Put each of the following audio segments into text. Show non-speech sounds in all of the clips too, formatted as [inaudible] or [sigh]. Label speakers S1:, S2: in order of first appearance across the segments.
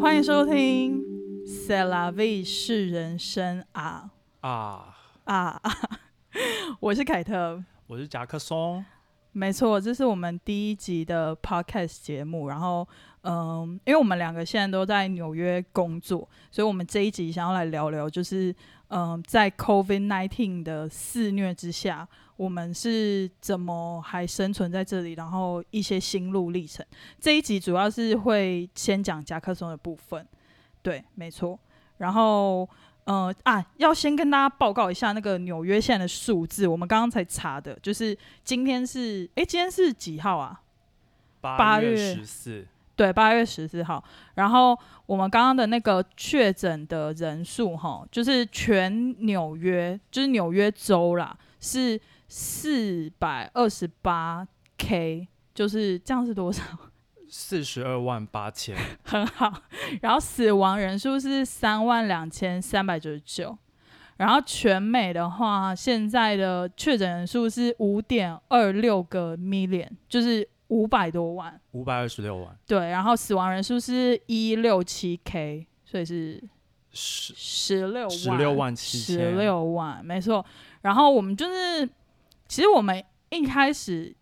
S1: 欢迎收听《塞拉卫视人生啊
S2: 啊，
S1: 啊 [laughs] 啊》，我是凯特。
S2: 我是夹克松，
S1: 没错，这是我们第一集的 podcast 节目。然后，嗯，因为我们两个现在都在纽约工作，所以我们这一集想要来聊聊，就是嗯，在 COVID nineteen 的肆虐之下，我们是怎么还生存在这里，然后一些心路历程。这一集主要是会先讲夹克松的部分，对，没错。然后，呃啊，要先跟大家报告一下那个纽约现在的数字，我们刚刚才查的，就是今天是，诶，今天是几号啊？八
S2: 八
S1: 月
S2: 十四，
S1: 对，八月十四号。然后我们刚刚的那个确诊的人数，哈，就是全纽约，就是纽约州啦，是四百二十八 K，就是这样是多少？
S2: 四十二万八千，
S1: 很好。 [laughs] 然后死亡人数是三万两千三百九十九。然后全美的话，现在的确诊人数是五点二六个 million，就是五百多万。
S2: 五百二十六万，
S1: 对，然后死亡人数是一六七 K，所以是
S2: 十
S1: 十六万，
S2: 十六万七
S1: 十
S2: 千，
S1: 六万，没错。然后我们就是，其实我们一开始，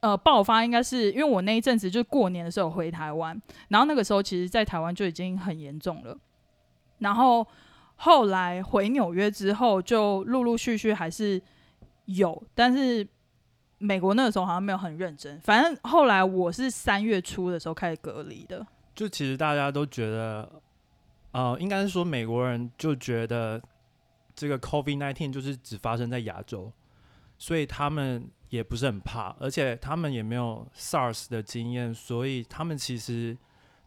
S1: 呃，爆发应该是因为我那一阵子就是过年的时候回台湾，然后那个时候其实，在台湾就已经很严重了。然后后来回纽约之后，就陆陆续续还是有，但是美国那个时候好像没有很认真。反正后来我是三月初的时候开始隔离的，
S2: 就其实大家都觉得，呃，应该是说美国人就觉得这个 COVID nineteen 就是只发生在亚洲，所以他们也不是很怕，而且他们也没有 SARS 的经验，所以他们其实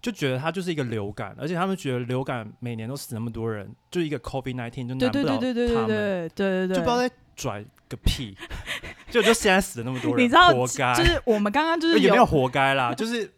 S2: 就觉得它就是一个流感，而且他们觉得流感每年都死那么多人，就一个 COVID nineteen
S1: 对
S2: 就难不
S1: 对
S2: 了
S1: 对对对对
S2: 他们。
S1: 对对对对，
S2: 就不知道在拽个屁， [laughs] 就就现在死了那么多人，
S1: 你知道，
S2: 活该，
S1: 就是 [laughs] 我们刚刚就是
S2: 呃也没有活该啦，就是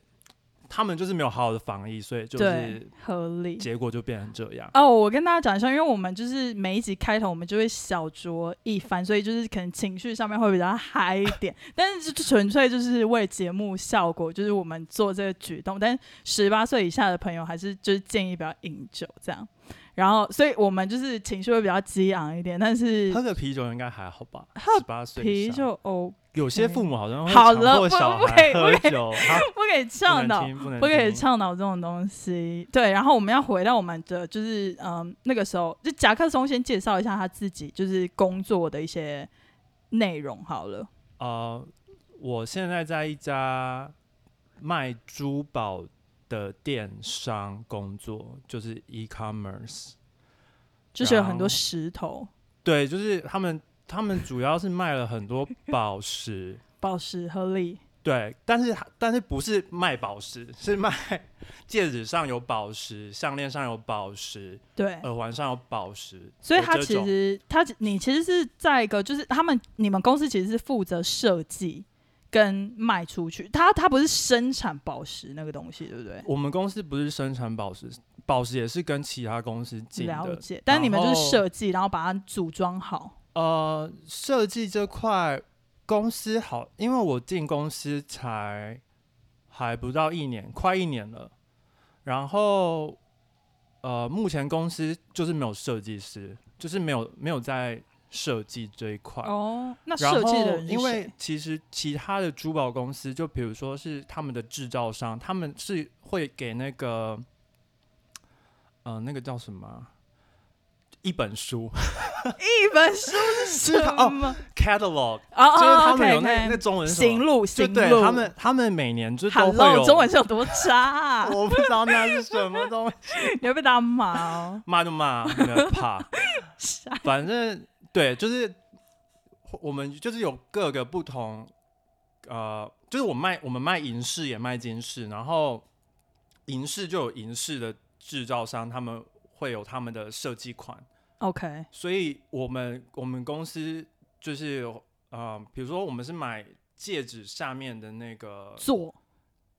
S2: 他们就是没有好好的防疫，所以就
S1: 对
S2: 是
S1: 合理。
S2: 结果就变成这样。
S1: 哦，我跟大家讲一下，因为我们就是每一集开头我们就会小酌一番，所以就是可能情绪上面会比较嗨一点，但是就纯粹就是为节目效果，就是我们做这个举动。但十八岁以下的朋友还是就是建议不要饮酒这样。然后，所以我们就是情绪会比较激昂一点，但是
S2: 喝个啤酒应该还好吧？十八岁以
S1: 啤
S2: 上，
S1: 酒哦，
S2: 有些父母好像会
S1: 好
S2: 强
S1: 了
S2: 迫
S1: 不
S2: 小
S1: 不可
S2: 孩
S1: 以不
S2: 喝
S1: 可以
S2: 酒，
S1: [laughs]
S2: 啊
S1: 不可以
S2: 不
S1: 呛
S2: 能
S1: 到，
S2: 听，不能
S1: 不可以
S2: 听
S1: 倡导这种东西。对，然后我们要回到我们的，就是嗯，那个时候，就夹克松先介绍一下他自己，就是工作的一些内容好了。
S2: 呃，我现在在一家卖珠宝的电商工作，就是 e-commerce。
S1: 就是有
S2: 然
S1: 很多
S2: 后
S1: 石头、
S2: 对，就是他们，他们主要是卖了很多宝石，
S1: 宝石和粒，
S2: 对，但是它但是不是卖宝石，是卖戒指上有宝石，项链上有宝石，
S1: 对。
S2: 耳环上有宝石，
S1: 所以
S2: 呃有
S1: 他
S2: 这
S1: 其
S2: 种
S1: 实他你其实是在一个，就是他们你们公司其实是负责设计跟卖出去，他他不是生产宝石那个东西，对不对？
S2: 我们公司不是生产宝石，宝石也是跟其他公司进
S1: 了
S2: 的，
S1: 解，但你们就是
S2: 然后
S1: 设计，然后把它组装好。
S2: 呃，设计这块公司好，因为我进公司才还不到一年，快一年了。然后，呃，目前公司就是没有设计师，就是没有没有在设计这一块。
S1: 哦，那
S2: 然
S1: 设计的
S2: 后，
S1: 人是
S2: 因为
S1: 谁
S2: 其实其他的珠宝公司，就比如说是他们的制造商，他们是会给那个，呃，那个叫什么啊一本书 [laughs]
S1: 一本书
S2: 是
S1: 是
S2: 他
S1: 哦
S2: 哦
S1: 哦
S2: catalog，就是他
S1: 哦
S2: 们有
S1: ，OK
S2: 那那
S1: OK，
S2: 中文是什
S1: 行
S2: 么
S1: 路
S2: 就
S1: 行
S2: 对
S1: 路，
S2: 他们他们每年就都会
S1: Hello
S2: 有
S1: 中文是有多差啊、
S2: 我不知道那是什么东西，
S1: [laughs] 你会被打骂哦。
S2: 骂就骂，没有
S1: [laughs]
S2: 怕，
S1: 傻
S2: 反正对，就是我们就是有各个不同，呃，就是我卖我们卖银饰也卖金饰，然后银饰就有银饰的制造商，他们会有他们的设计款，
S1: OK，
S2: 所以我们我们公司就是呃，比如说我们是买戒指下面的那个
S1: 做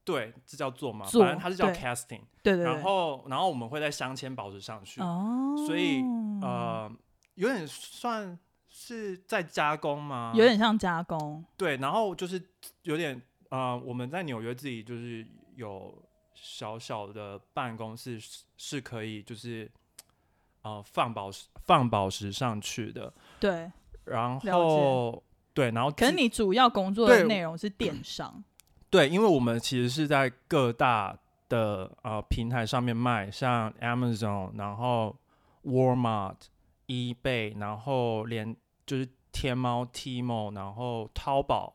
S2: 对，这叫做嘛，
S1: 做
S2: 反正它是叫
S1: 对
S2: casting。
S1: 对对对，
S2: 然后，然后我们会再镶嵌宝石上去，
S1: 哦，
S2: 所以呃，有点算是在加工吗？
S1: 有点像加工
S2: 对，然后就是有点呃，我们在纽约自己就是有小小的办公室是是可以就是呃放宝石放宝石上去的，
S1: 对。
S2: 然
S1: 解
S2: 后对，然后
S1: 可是
S2: 自
S1: 你主要工作的
S2: 对
S1: 内容是电商，
S2: 对，因为我们其实是在各大的呃平台上面卖，像 Amazon，然后 Walmart、eBay，然后连就是天猫、Tmall，然后淘宝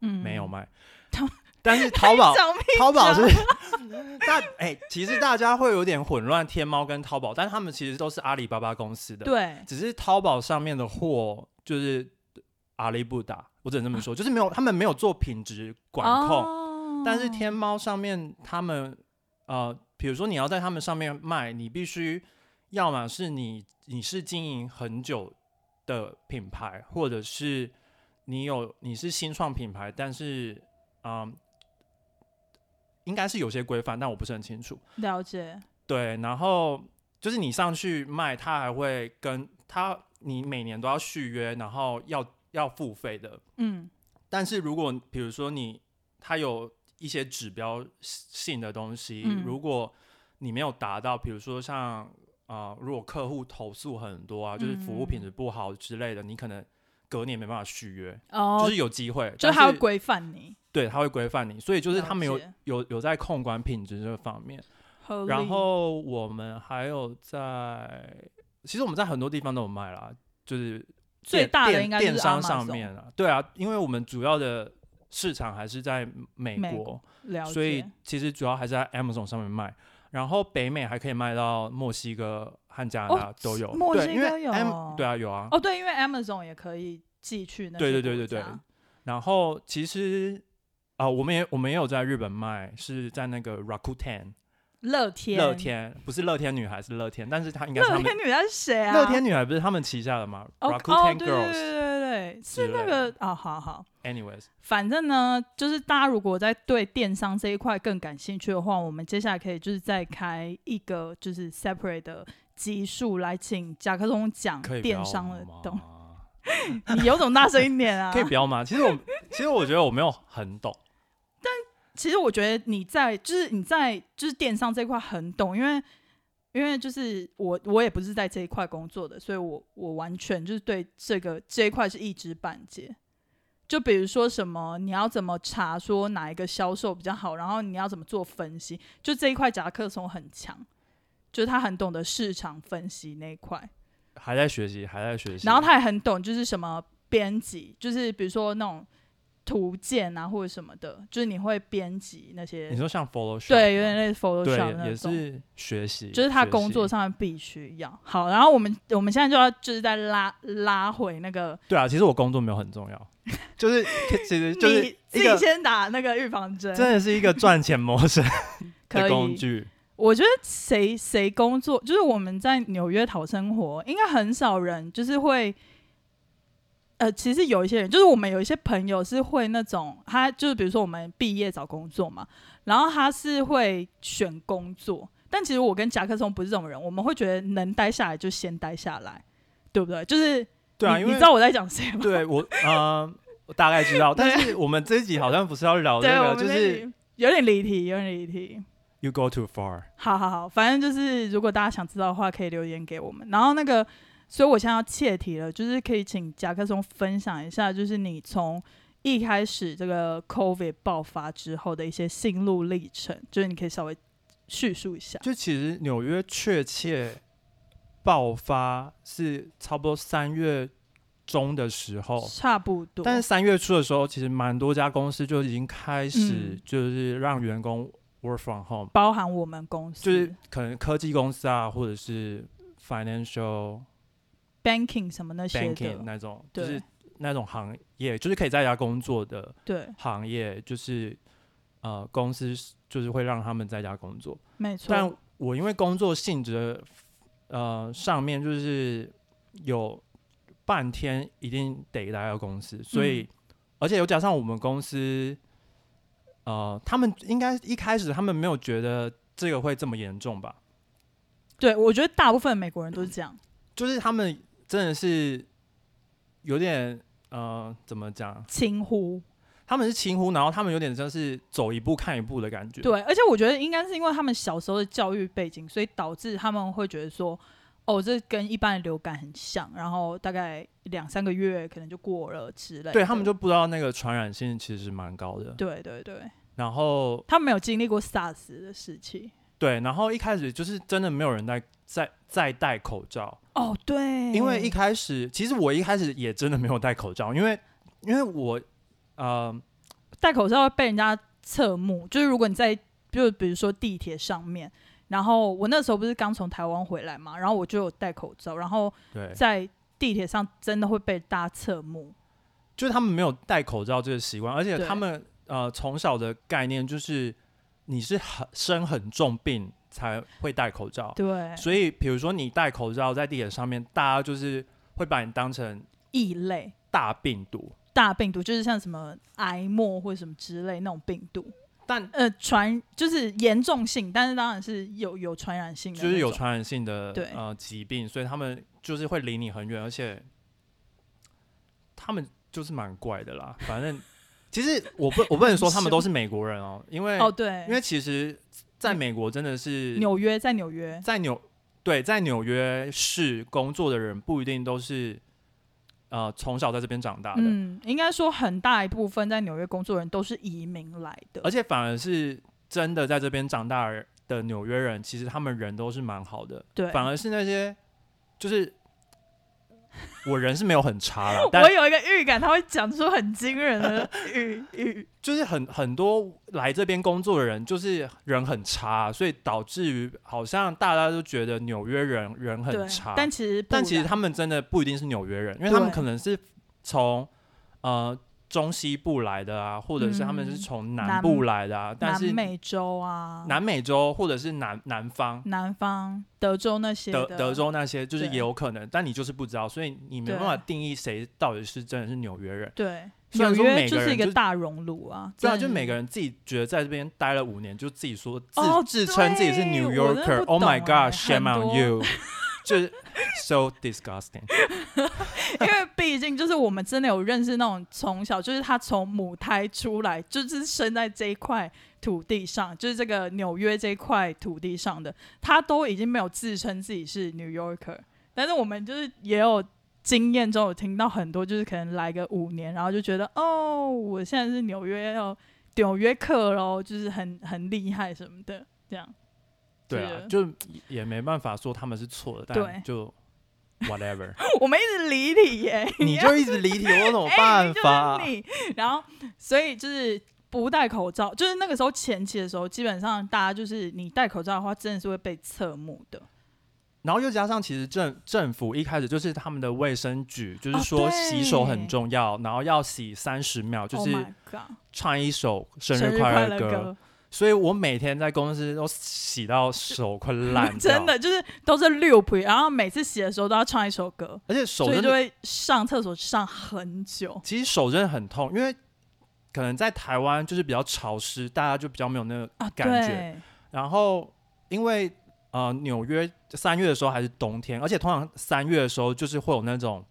S1: 嗯，
S2: 没有卖
S1: 淘，
S2: [laughs] 但是淘宝
S1: 讲屁
S2: 淘宝是 [laughs]
S1: 讲
S2: 大哎、其实大家会有点混乱天猫跟淘宝，但他们其实都是阿里巴巴公司的，，
S1: 对，
S2: 只是淘宝上面的货就是阿里不达，我只能这么说，就是没有他们没有做品质管控。
S1: 哦
S2: 但是天猫上面他们呃，比如说你要在他们上面卖，你必须要么是你你是经营很久的品牌，或者是你有你是新创品牌，但是嗯、应该是有些规范，但我不是很清楚。
S1: 了解，
S2: 对，然后就是你上去卖，他还会跟他你每年都要续约，然后要要付费的。
S1: 嗯，
S2: 但是如果比如说你它有一些指标性的东西，
S1: 嗯
S2: 如果你没有达到，比如说像啊、呃如果客户投诉很多啊，就是服务品
S1: 嗯
S2: 质不好之类的，你可能隔年没办法续约，
S1: 哦
S2: 就，是有机会，
S1: 就
S2: 但
S1: 他会
S2: 是
S1: 规范你，
S2: 对，他会规范你，所以就是
S1: 了
S2: 他们有
S1: 解
S2: 有有在控管品质这方面。
S1: 合理
S2: 然后我们还有在，其实我们在很多地方都有卖啦，就是
S1: 最
S2: 电
S1: 大的
S2: 电
S1: 应该就是
S2: 电商
S1: Amazon
S2: 上面啊，对啊，因为我们主要的市场还是在美
S1: 美
S2: 国，
S1: 了解，
S2: 所以其实主要还是在 Amazon 上面卖。然后北美还可以卖到墨西哥和加拿大都有，
S1: 哦墨
S2: 对，
S1: 西
S2: 因为
S1: 哥有
S2: M 对啊有啊，
S1: 哦，对，因为 Amazon 也可以寄去那些
S2: 对对对
S1: 国
S2: 对对
S1: 家。
S2: 然后其实啊、我们也我们也有在日本卖，是在那个 Rakuten
S1: 乐天，
S2: 乐，天，不是乐天女孩是乐天，但是它应该是他
S1: [laughs] 乐
S2: 们
S1: 天女孩是谁啊？
S2: 乐天女孩不是他们旗下的吗
S1: 哦哦，
S2: ？Rakuten
S1: 对对对
S2: Girls。
S1: 对对，是
S2: 之
S1: 那
S2: 类
S1: 个啊，好好，
S2: Anyways，
S1: 反正呢，就是大家如果在对电商这一块更感兴趣的话，我们接下来可以就是再开一个就是 separate 的集数来请甲壳虫讲
S2: 可以不要
S1: 电商的
S2: 吗
S1: 东。你有种大声一点啊
S2: [laughs] 可！以不要吗？其实我其实我觉得我没有很懂，
S1: 其实我觉得你在就是你在就是电商这一块很懂，因为因为就是我我也不是在这一块工作的，所以我我完全就是对这个这一块是一知半解。就比如说什么，你要怎么查说哪一个销售比较好，然后你要怎么做分析，就这一块夹克松很强，就是他很懂得市场分析那一块。
S2: 还在学习，还在学习。
S1: 然后他也很懂，就是什么编辑，就是比如说那种图鉴啊或者什么的，就是你会编辑那些
S2: 你，说像 Photoshop，
S1: 对，有点
S2: 吗
S1: 类似 Photoshop
S2: 对，
S1: 那
S2: 也
S1: 种。
S2: 是学习，
S1: 就是他
S2: 学
S1: 工作
S2: 习
S1: 上面必须要好，然后我们我们现在就要就是在拉拉回那个，
S2: 对啊。其实我工作没有很
S1: [laughs]
S2: 重要，就是其实就是
S1: 你自
S2: 一
S1: 己
S2: 个
S1: 先打那个预防针，
S2: 真的是一个赚钱谋
S1: [laughs]
S2: 生
S1: 可
S2: 的工
S1: 以。
S2: 具。
S1: 我觉得谁谁工作，就是我们在纽约讨生活，应该很少人就是会，呃，其实有一些人，就是我们有一些朋友是会那种，他就是比如说我们毕业找工作嘛，然后他是会选工作，但其实我跟夹克松不是这种人，我们会觉得能待下来就先待下来，对不对？就是
S2: 对啊，
S1: 你
S2: 因
S1: 你
S2: 为
S1: 知道我在讲谁吗？
S2: 对我呃，我大概知
S1: [laughs]
S2: 道，
S1: 对
S2: 但是我们这一集好像不是要聊这
S1: 对，我
S2: 个，
S1: 们
S2: 就
S1: 那
S2: 是
S1: 里有点离题，有点离题。
S2: You go too far。
S1: 好好好，反正就是如果大家想知道的话，可以留言给我们。然后那个，所以我现在要切题了，就是可以请夹克松分享一下，就是你从一开始这个 COVID 爆发之后的一些心路历程，就是你可以稍微叙述一下。
S2: 就其实纽约确切爆发是差不多三月中的时候，
S1: 差不多，
S2: 哦但是三月初的时候，其实蛮多家公司就已经开始
S1: 嗯
S2: 就是让员工 work from home，、
S1: 包含我们公司
S2: 就是可能科技公司啊，或者是 financial
S1: banking 什么那些
S2: banking
S1: 的，
S2: 那种，就
S1: 对
S2: 是那种行业，就是可以在家工作的
S1: 对，
S2: 行业，就是呃公司就是会让他们在家工作。
S1: 没错。
S2: 但我因为工作性质的，呃，上面就是有半天一定得待到公司，所以、
S1: 嗯
S2: 而且又加上我们公司，呃，他们应该一开始他们没有觉得这个会这么严重吧？
S1: 对我觉得大部分美国人都是这
S2: [laughs]
S1: 样，
S2: 就是他们真的是有点呃，怎么讲？
S1: 轻忽，
S2: 他们是轻忽，然后他们有点像是走一步看一步的感觉。
S1: 对，而且我觉得应该是因为他们小时候的教育背景，所以导致他们会觉得说，哦，这跟一般的流感很像，然后大概两三个月可能就过了之类的。
S2: 对他们就不知道那个传染性其实蛮高的。
S1: 对对对，
S2: 然后
S1: 他们没有经历过 SARS 的事情。
S2: 对，然后一开始就是真的没有人在在在戴口罩，
S1: 哦，对，
S2: 因为一开始其实我一开始也真的没有戴口罩，因为因为我呃
S1: 戴口罩会被人家侧目，就是如果你在就比如说地铁上面，然后我那时候不是刚从台湾回来嘛，然后我就有戴口罩，然后
S2: 对，
S1: 在地铁上真的会被大家侧目。
S2: 就是他们没有戴口罩这个习惯，而且
S1: 对
S2: 他们呃从小的概念就是你是很生很重病才会戴口罩，
S1: 对，
S2: 所以比如说你戴口罩在地铁上面，大家就是会把你当成
S1: 异类。
S2: 大病毒，
S1: 大病毒，就是像什么癌末或者什么之类那种病毒，
S2: 但
S1: 呃，传就是严重性，但是当然是有有传染性的那
S2: 就
S1: 种，
S2: 是有传染性的
S1: 对
S2: 呃疾病，所以他们就是会离你很远，而且他们就是蛮怪的啦。反
S1: [laughs]
S2: 正其实我不我不能说他们都是美国人哦，因为、
S1: 哦，对，
S2: 因为其实在美国真的是
S1: 纽约在纽约，
S2: 在纽对在纽约市工作的人不一定都是呃从小在这边长大的，
S1: 嗯，应该说很大一部分在纽约工作的人都是移民来的，
S2: 而且反而是真的在这边长大的纽约人，其实他们人都是蛮好的，
S1: 对，
S2: 反而是那些
S1: [laughs]
S2: 就是我人是没有很差啦，但
S1: 我有一个预感，他会讲出很惊人
S2: [laughs]
S1: 的语语，
S2: 就是很很多来这边工作的人就是人很差，所以导致于好像大家都觉得纽约人人
S1: 对
S2: 很差，，
S1: 但其实不
S2: 但其实
S1: 然
S2: 他们真的不一定是纽约人，因为他们可能是从呃中西部来的啊，或者是他们
S1: 嗯
S2: 是从
S1: 南
S2: 南部来的啊，但是
S1: 南美洲啊，
S2: 南美洲或者是南南方
S1: 南方德州那些
S2: 德
S1: 的
S2: 德州那些就是
S1: 对
S2: 也有可能，但你就是不知道，所以你没
S1: 对
S2: 办法定义谁到底是真的是纽约人。
S1: 对。
S2: 虽
S1: 纽
S2: 然说
S1: 约
S2: 每
S1: 就
S2: 个
S1: 是一
S2: 人
S1: 个
S2: 就
S1: 大熔炉啊，真
S2: 对啊，
S1: 的
S2: 就每个人自己觉得在这边待了五年，就自己说自、
S1: 哦
S2: 自称自己是
S1: 对
S2: New
S1: 我真的不
S2: Yorker，Oh、my
S1: 懂哎
S2: God，shame
S1: 很
S2: on
S1: 多
S2: you，就是 [laughs] so disgusting。 [laughs]
S1: 因为毕竟就是我们真的有认识那种从小就是他从母胎出来，就是生在这一块土地上，就是这个纽约这一块土地上的，他都已经没有自称自己是 New Yorker，但是我们就是也有经验中有听到很多，就是可能来个五年，然后就觉得哦，我现在是纽约哦，纽约客喽，就是很很厉害什么的，这样 [laughs]
S2: 对
S1: 是
S2: 啊
S1: 的，
S2: 就也没办法说他们是错的，
S1: 对 [laughs]
S2: 但就 whatever，
S1: 我们一直理你耶，
S2: 你就一直离题，我有什么办法？
S1: 哎你 [laughs] 然后，所以就是不戴口罩，就是那个时候前期的时候，基本上大家就是你戴口罩的话，真的是会被侧目的。
S2: 然后又加上，其实政政府一开始就是他们的卫生局，就是
S1: 哦
S2: 说
S1: 对
S2: 洗手很重要，然后要洗三十秒，就
S1: Oh
S2: 是
S1: my god！
S2: 唱一首 [laughs] 生
S1: 生
S2: 日
S1: 日
S2: 快
S1: 乐
S2: 乐歌。，所以我每天在公司都洗到手快烂掉，
S1: [laughs] 真。的就是都是 loop，然后每次洗的时候都要唱一首歌，
S2: 而且手
S1: 所以
S2: 真
S1: 就
S2: 的，
S1: 会上厕所上很久。
S2: 其实手真的很痛，因为可能在台湾就是比较潮湿，大家就比较没有那个
S1: 啊，
S2: 感觉。
S1: 对，
S2: 然后因为呃纽约三月的时候还是冬天，而且通常三月的时候就是会有那种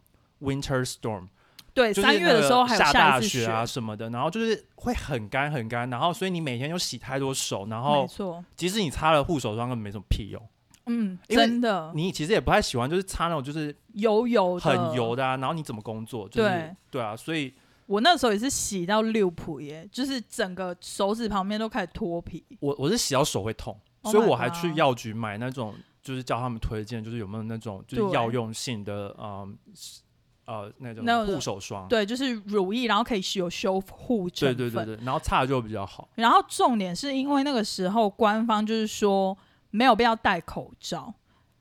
S2: winter storm，
S1: 对，
S2: 就是
S1: 三月的时候还有
S2: 那个下
S1: 一
S2: 大
S1: 次
S2: 雪啊什么的，然后就是会很干很干，然后所以你每天又洗太多手，然
S1: 没
S2: 后
S1: 错，
S2: 即使你擦了护手霜，根本没什么屁用。
S1: 嗯，
S2: 因为
S1: 真的
S2: 你其实也不太喜欢，就是擦那种就是
S1: 油油的，
S2: 很油的啊，然后你怎么工作？就是、
S1: 对
S2: 对啊，所以
S1: 我那时候也是洗到六普耶，就是整个手指旁边都开始脱皮。
S2: 我我是洗到手会痛
S1: Oh
S2: 所以
S1: my
S2: 我还去
S1: God
S2: 药局买那种，就是叫他们推荐，就是有没有那种就是
S1: 对
S2: 药用性的，嗯，是呃，那种
S1: 那种
S2: 护手霜，
S1: 对，就是乳液，然后可以有修护成
S2: 对
S1: 分。
S2: 对对对，然后擦了就比较好。
S1: 然后重点是因为那个时候官方就是说没有必要戴口罩，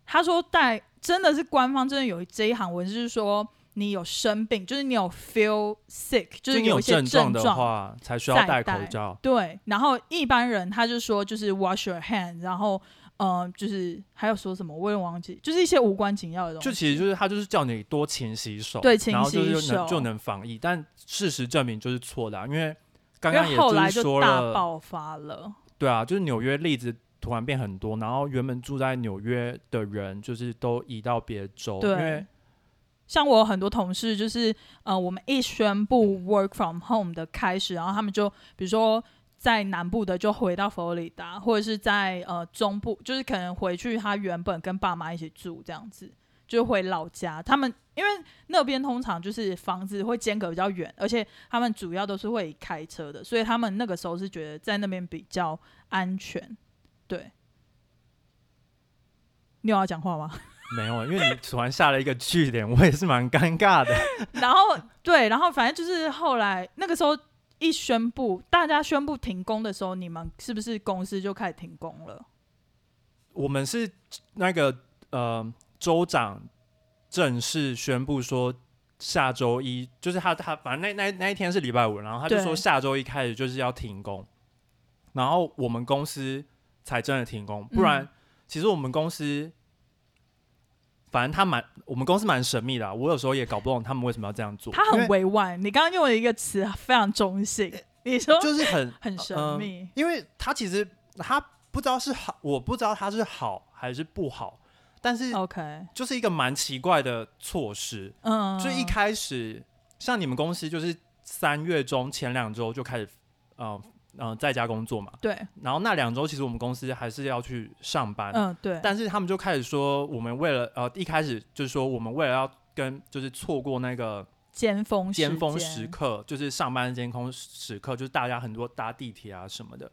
S1: 他说戴真的是官方真的有这一行文字是说你有生病，就是你有 feel sick，就
S2: 就是你有
S1: 一些
S2: 症状的
S1: 状
S2: 话，才需要
S1: 再
S2: 戴口
S1: 戴
S2: 罩。
S1: 对，然后一般人他就说就是 wash your hand，然后呃就是还有说什么我也忘记，就是一些无关紧要的东西。
S2: 就其实就是他就是叫你多勤洗手，
S1: 对勤
S2: 然后就
S1: 洗
S2: 是就
S1: 手
S2: 能就能防疫，但事实证明就是错的、啊，因为刚
S1: 因
S2: 刚
S1: 为
S2: 也
S1: 后来
S2: 是
S1: 就
S2: 说
S1: 大
S2: 了，
S1: 爆发了，
S2: 对啊，就是纽约例子突然变很多，然后原本住在纽约的人就是都移到别州，因为
S1: 对，像我有很多同事，就是呃，我们一宣布 work from home 的开始，然后他们就比如说在南部的就回到佛罗里达，或者是在呃中部，就是可能回去他原本跟爸妈一起住这样子，就回老家。他们因为那边通常就是房子会间隔比较远，而且他们主要都是会开车的，所以他们那个时候是觉得在那边比较安全。对，你有要讲话吗？
S2: 没有，因为你突然下了一个句点，我也是蛮尴尬的。
S1: 然后对，然后反正就是后来那个时候一宣布，大家宣布停工的时候，你们是不是公司就开始停工了？
S2: 我们是那个呃州长正式宣布说，下周一就是他他反正那那那一天是礼拜五，然后他就
S1: 对
S2: 说下周一开始就是要停工，然后我们公司才真的停工，不然、
S1: 嗯
S2: 其实我们公司。反正他蛮，我们公司蛮神秘的啊、我有时候也搞不懂他们为什么要这样做。
S1: 他
S2: 因
S1: 很
S2: 为
S1: 委
S2: 呃
S1: 婉，你刚刚用了一个词非常中性，你说
S2: 就是很
S1: 很神
S2: 呃
S1: 秘，
S2: 因为他其实他不知道是好，我不知道他是好还是不好，但是
S1: OK，
S2: 就是一个蛮奇怪的措施。
S1: 嗯，
S2: 就一开始，像你们公司就是三月中前两周就开始，呃呃，在家工作嘛，
S1: 嗯对，
S2: 然后那两周其实我们公司还是要去上班，
S1: 嗯对，
S2: 但是他们就开始说，我们为了呃一开始就是说我们为了要跟就是错过那个
S1: 尖峰
S2: 尖峰
S1: 间
S2: 时，刻，就是上班尖峰时刻，就是大家很多搭地铁啊什么的，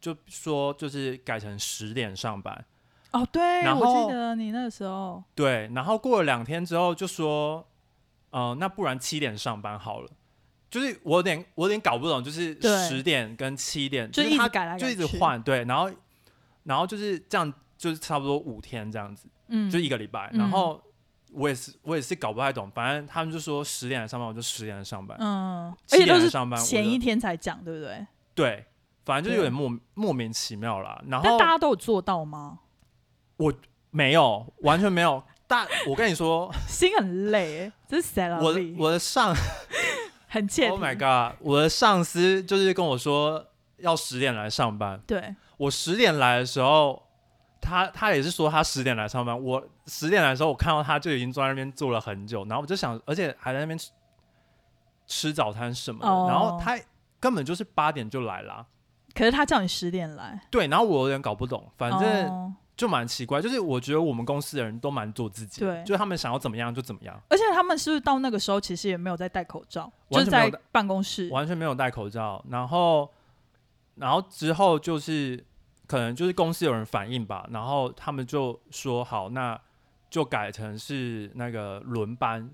S2: 就说就是改成十点上班。
S1: 哦对，
S2: 然
S1: 我
S2: 后
S1: 记得你那时候，
S2: 对，然后过了两天之后就说，呃，那不然七点上班好了。就是我有点我有点搞不懂，就是
S1: 对
S2: 十点跟七点，
S1: 就
S2: 就是
S1: 一
S2: 他
S1: 直改来
S2: 就
S1: 改
S2: 一直
S1: 去
S2: 换，对，然后然后就是这样，就是差不多五天这样子。
S1: 嗯，
S2: 就一个礼拜。
S1: 嗯
S2: 然后我也是我也是搞不太懂，反正他们就说十点来上班，我就十点来上班；
S1: 嗯，而
S2: 七
S1: 且都
S2: 点来
S1: 是
S2: 上班，我
S1: 前
S2: 就
S1: 一天才讲，对不对？
S2: 对，反正就是
S1: 对
S2: 有点莫莫名其妙啦。然
S1: 但
S2: 后
S1: 大家都有做到吗？
S2: 没有，完全没有。但我跟
S1: [laughs]
S2: 你说，
S1: 心很累欸，这是 salary，
S2: 我的我的上
S1: 很欠
S2: Oh my God，我的上司就是跟我说要十点来上班。
S1: 对，
S2: 我十点来的时候。他他也是说他十点来上班，我十点来的时候，我看到他就已经坐在那边坐了很久，然后我就想，而且还在那边吃吃早餐什么的，
S1: 哦
S2: 然后他根本就是八点就来啦，
S1: 可是他叫你十点来，
S2: 对，然后我有点搞不懂，反正
S1: 哦
S2: 就蛮奇怪，就是我觉得我们公司的人都蛮做自己的，
S1: 对
S2: 就是他们想要怎么样就怎么样，
S1: 而且他们是不是到那个时候其实也没有在戴口罩，就
S2: 完
S1: 是
S2: 全没
S1: 在
S2: 有戴
S1: 办公室，
S2: 完全没有戴口罩，然后然后之后就是可能就是公司有人反映吧，然后他们就说好，那就改成是那个轮班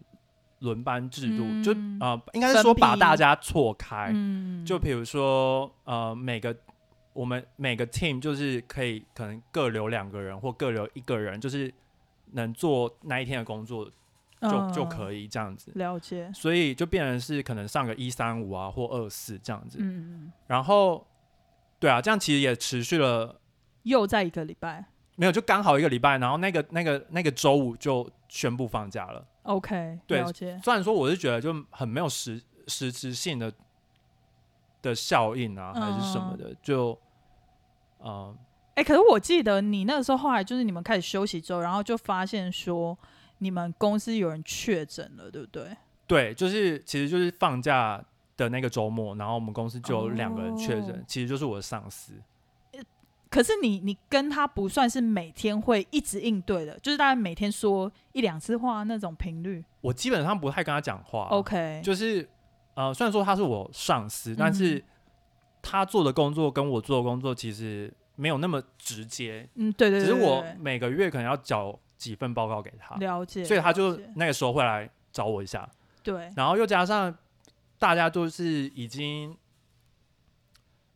S2: 轮班制度，就
S1: 嗯
S2: 呃应该是说
S1: 分批
S2: 把大家错开，
S1: 嗯，
S2: 就比如说，呃，每个我们每个 team 就是可以可能各留两个人或各留一个人，就是能做那一天的工作就、就
S1: 以
S2: 可以这样子。
S1: 嗯了解，
S2: 所以就变成是可能上个一三五啊或二四这样子。
S1: 嗯，嗯
S2: 然后，对啊，这样其实也持续了
S1: 又在一个礼拜
S2: 没有就刚好一个礼拜，然后那个那个那个周五就宣布放假了。
S1: ，OK，
S2: 对
S1: 了解，
S2: 虽然说我是觉得就很没有实实质性的的效应啊，还是什么
S1: 嗯
S2: 的，就呃
S1: 哎、可是我记得你那个时候后来就是你们开始休息之后，然后就发现说你们公司有人确诊了，对不对？
S2: 对，就是其实就是放假的那个周末，然后我们公司就有两个人确诊，
S1: 哦
S2: 其实就是我的上司。
S1: 可是你你跟他不算是每天会一直应对的，就是大概每天说一两次话那种频率。
S2: 我基本上不太跟他讲话
S1: OK，
S2: 啊就是呃，虽然说他是我上司，但
S1: 嗯
S2: 是他做的工作跟我做的工作其实没有那么直接，
S1: 嗯，对对
S2: 只
S1: 对对
S2: 是
S1: 对
S2: 我每个月可能要缴几份报告给他，
S1: 了解，
S2: 啊所以他
S1: 了
S2: 就
S1: 解哎
S2: 那个时候会来找我一下。
S1: 对，
S2: 然后又加上大家都是已经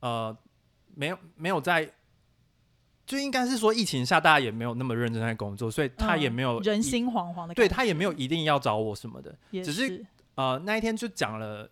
S2: 呃没有没有在，就应该是说疫情下大家也没有那么认真在工作，所以他
S1: 嗯
S2: 也没有、
S1: 人，心惶惶的感觉，
S2: 对他也没有一定要找我什么的。
S1: 也
S2: 只
S1: 是
S2: 是呃，那一天就讲了，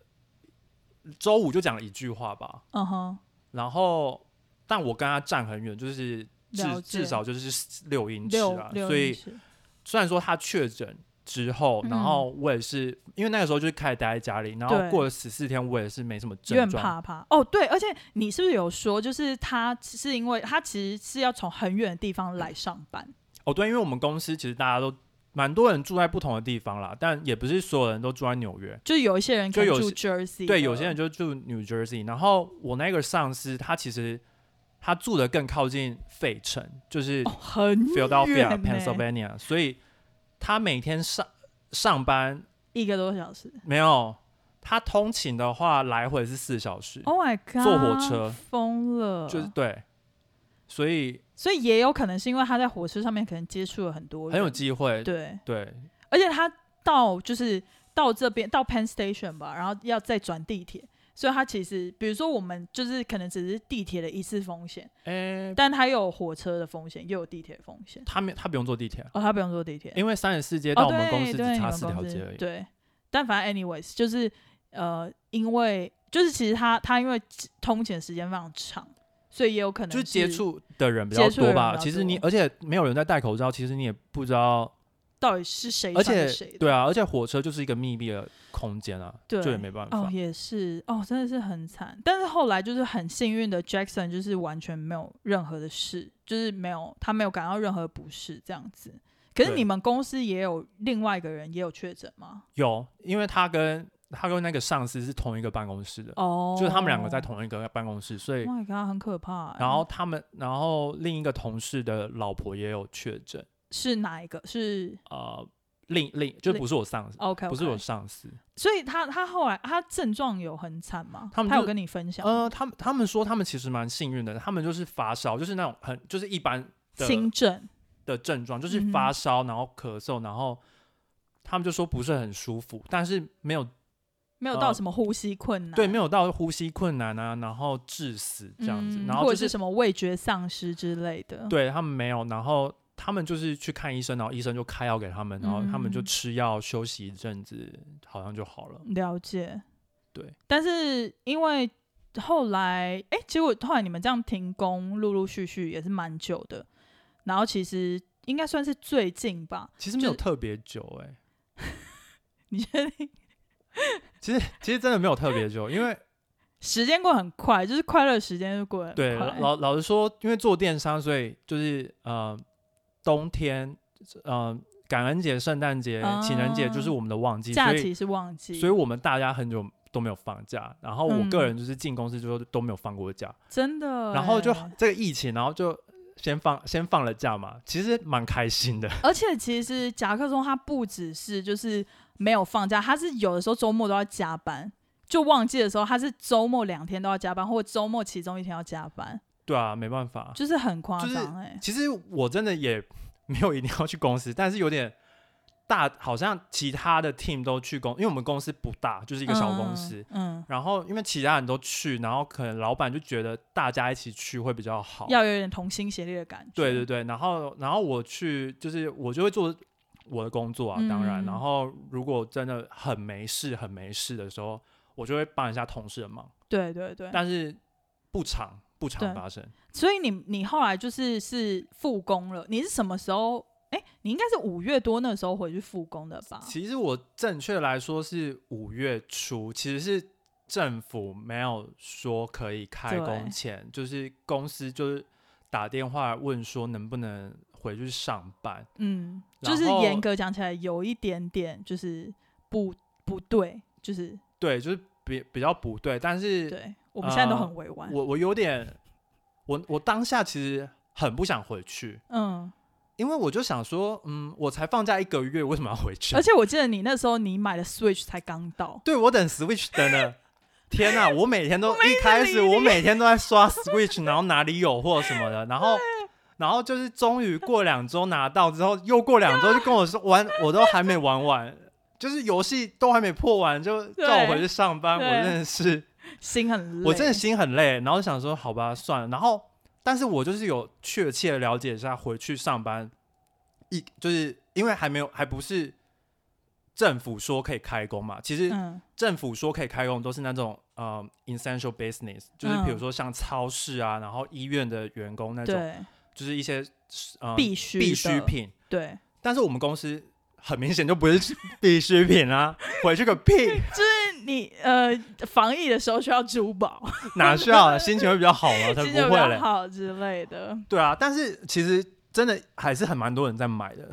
S2: 周五就讲了一句话吧，
S1: 嗯哼，
S2: 然后但我跟他站很远，就是
S1: 了
S2: 至
S1: 解
S2: 至少就是六英尺
S1: 六
S2: 啊，
S1: 六
S2: 所以
S1: 英尺
S2: 虽然说他确诊之后，
S1: 嗯
S2: 然后我也是、因为那个时候就是开始待在家里，然后
S1: 对
S2: 过了十四天，我也是没什么
S1: 有点
S2: 症状。
S1: 怕怕哦，对，而且你是不是有说，就是他是因为他其实是要从很远的地方来上班，
S2: 哦，对，因为我们公司其实大家都蛮多人住在不同的地方啦，但也不是所有人都住在纽约。
S1: 就有一些人可
S2: 就
S1: 能
S2: 有
S1: 住
S2: 些
S1: Jersey，
S2: 对，
S1: 的
S2: 有些人就住 New Jersey，然后我那个上司他其实他住的更靠近费城，就是
S1: 哦很
S2: Philadelphia、
S1: 远呢欸
S2: Pennsylvania，所以他每天上上班
S1: 一个多小时
S2: 没有，他通勤的话来回是四小时，
S1: ，Oh my God，
S2: 坐火车
S1: 疯了，
S2: 就是对，所以
S1: 所以也有可能是因为他在火车上面可能接触了很多人，
S2: 很有机会，
S1: 对，
S2: 对
S1: 而且他到就是到这边到 Penn Station 吧，然后要再转地铁，所以他其实比如说我们就是可能只是地铁的一次风险，
S2: 哎、
S1: 但他有火车的风险，又有地铁的风险。
S2: 他没他不用坐地铁啊，
S1: 哦，他不用坐地铁，
S2: 因为三十四街
S1: 为
S2: 到我们公
S1: 哦对
S2: 司只
S1: 对你
S2: 差
S1: 们
S2: 四条
S1: 公司
S2: 街而已。
S1: 对，但反正 anyways 就是呃，因为就是其实他他因为通勤时间非常长，所以也有可能
S2: 就是接触的人比
S1: 接
S2: 较
S1: 触的
S2: 多
S1: 人
S2: 吧。
S1: 比较
S2: 其实你，
S1: 多
S2: 而且没有人在戴口罩，其实你也不知道。
S1: 到底是谁
S2: 而
S1: 传给谁
S2: 且，
S1: 的，
S2: 对啊，而且火车就是一个密闭的空间啊，
S1: 对
S2: 这也没办
S1: 哦
S2: 法。
S1: 也是哦，真的是很惨。但是后来就是很幸运的，Jackson 就是完全没有任何的事，就是没有他没有感到任何不适这样子。可是
S2: 对
S1: 你们公司也有另外一个人也有确诊吗？
S2: 有，因为他跟他跟那个上司是同一个办公室的，
S1: 哦，
S2: 就是他们两个在。同一个办公室，所以
S1: Oh my god，很可怕欸、
S2: 然后他们，然后另一个同事的老婆也有确诊，
S1: 是哪一个？是
S2: 呃，另另就
S1: 另
S2: 不是我上司，
S1: OK，,
S2: 不是我上司，
S1: 所以他他后来他症状有很惨吗？
S2: 他们
S1: 有
S2: 就
S1: 跟你分享吗
S2: 呃，他们他们说他们其实蛮幸运的，他们就是发烧，就是那种很就是一般的
S1: 轻症
S2: 的症状，就是
S1: 嗯哼
S2: 发烧，然后咳嗽，然后他们就说不是很舒服，但是没有
S1: 没有到
S2: 呃
S1: 什么呼吸困难，
S2: 对，没有到呼吸困难啊，然后致死这样子，
S1: 嗯
S2: 然
S1: 或
S2: 后
S1: 者
S2: 就是
S1: 什么味觉丧失之类的，
S2: 对他们没有，然后他们就是去看医生，然后医生就开药给他们，然后他们就
S1: 嗯
S2: 吃药休息一阵子，好像就好了。
S1: 了解，
S2: 对。
S1: 但是因为后来，哎、结果后来你们这样停工，陆陆续续也是蛮久的。然后其实应该算是最近吧，
S2: 其实没有
S1: 就是
S2: 特别久哎、
S1: 你确定？ [laughs]
S2: 其实其实真的没有特别久，因为
S1: 时间过很快，就是快乐的时间就过得很
S2: 对
S1: 快。
S2: 老老实说，因为做电商，所以就是呃，冬天呃，感恩节、圣诞节、情人节就是
S1: 啊
S2: 我们的旺季，
S1: 假
S2: 所以
S1: 期是旺季，
S2: 所以我们大家很久都没有放假，然后我
S1: 嗯
S2: 个人就是进公司之后都没有放过假，
S1: 真的欸、
S2: 然后就这个疫情，然后就先放先放了假嘛，其实蛮开心的。
S1: 而且其实夹克松他不只是就是没有放假，他是有的时候周末都要加班，就旺季的时候他是周末两天都要加班，或周末其中一天要加班，
S2: 对啊，没办法。
S1: 就是很夸
S2: 就是
S1: 张哎、
S2: 其实我真的也 [laughs] 没有一定要去公司，但是有点大，好像其他的 team 都去公，因为我们公司不大，就是一个小公司。
S1: 嗯，嗯，
S2: 然后因为其他人都去，然后可能老板就觉得大家一起去会比较好。
S1: 要有点同心协力的感觉。
S2: 哦对对对，然后然后我去就是我就会做我的工作啊，当然，
S1: 嗯
S2: 然后如果真的很没事很没事的时候，我就会帮一下同事的忙，
S1: 对对对
S2: 但是不常不
S1: 对
S2: 常发生。
S1: 所以你你后来就是是复工了，你是什么时候？哎、你应该是五月多那时候回去复工的吧？
S2: 其实我正确来说是五月初，其实是政府没有说可以开
S1: 对
S2: 工前，就是公司就是打电话问说能不能回去上班。
S1: 嗯，
S2: 然
S1: 就是
S2: 后
S1: 严格讲起来有一点点就是不不对，就是
S2: 对，就是比比较不对，但是
S1: 对，我们现在都
S2: 呃
S1: 很委婉。
S2: 我我有点，我我当下其实很不想回去，
S1: 嗯，
S2: 因为我就想说，嗯，我才放假一个月，为什么要回去
S1: 而？且我记得你那时候你买的 Switch 才刚到，
S2: 对我等 Switch
S1: [laughs]
S2: 等了，天哪、我每天都
S1: 我没
S2: 一开
S1: 理
S2: 始
S1: 你
S2: 我每天都在刷 Switch，然后哪里有货什么的，
S1: [laughs]
S2: 然后。然后就是终于过两周拿到之后，又过两周就跟我说玩， [laughs] 我都还没玩完，就是游戏都还没破完，就
S1: 对
S2: 叫我回去上班，我
S1: 对
S2: 真的是。
S1: 心很累。
S2: 我真的心很累，然后想说好吧，算了。然后，但是我就是有确切的了解一下，回去上班，一就是因为还没有，还不是政府说可以开工嘛。其实
S1: 嗯
S2: 政府说可以开工都是那种呃 essential business，就是比如
S1: 嗯
S2: 说像超市啊，然后医院的员工那种，
S1: 对
S2: 就是一些呃
S1: 必须
S2: 必
S1: 的
S2: 需品。
S1: 对，
S2: 但是我们公司很明显就不是 [laughs] 必需品啊，回去个
S1: [laughs]
S2: 屁，
S1: 就是你呃防疫的时候需要珠宝，
S2: 哪需要啊？心情会比较好吗？才
S1: 心情
S2: 不
S1: 比
S2: 会
S1: 较
S2: 嘞。
S1: 好之类的。
S2: 对啊，但是其实真的还是很蛮多人在
S1: [laughs]
S2: 买的，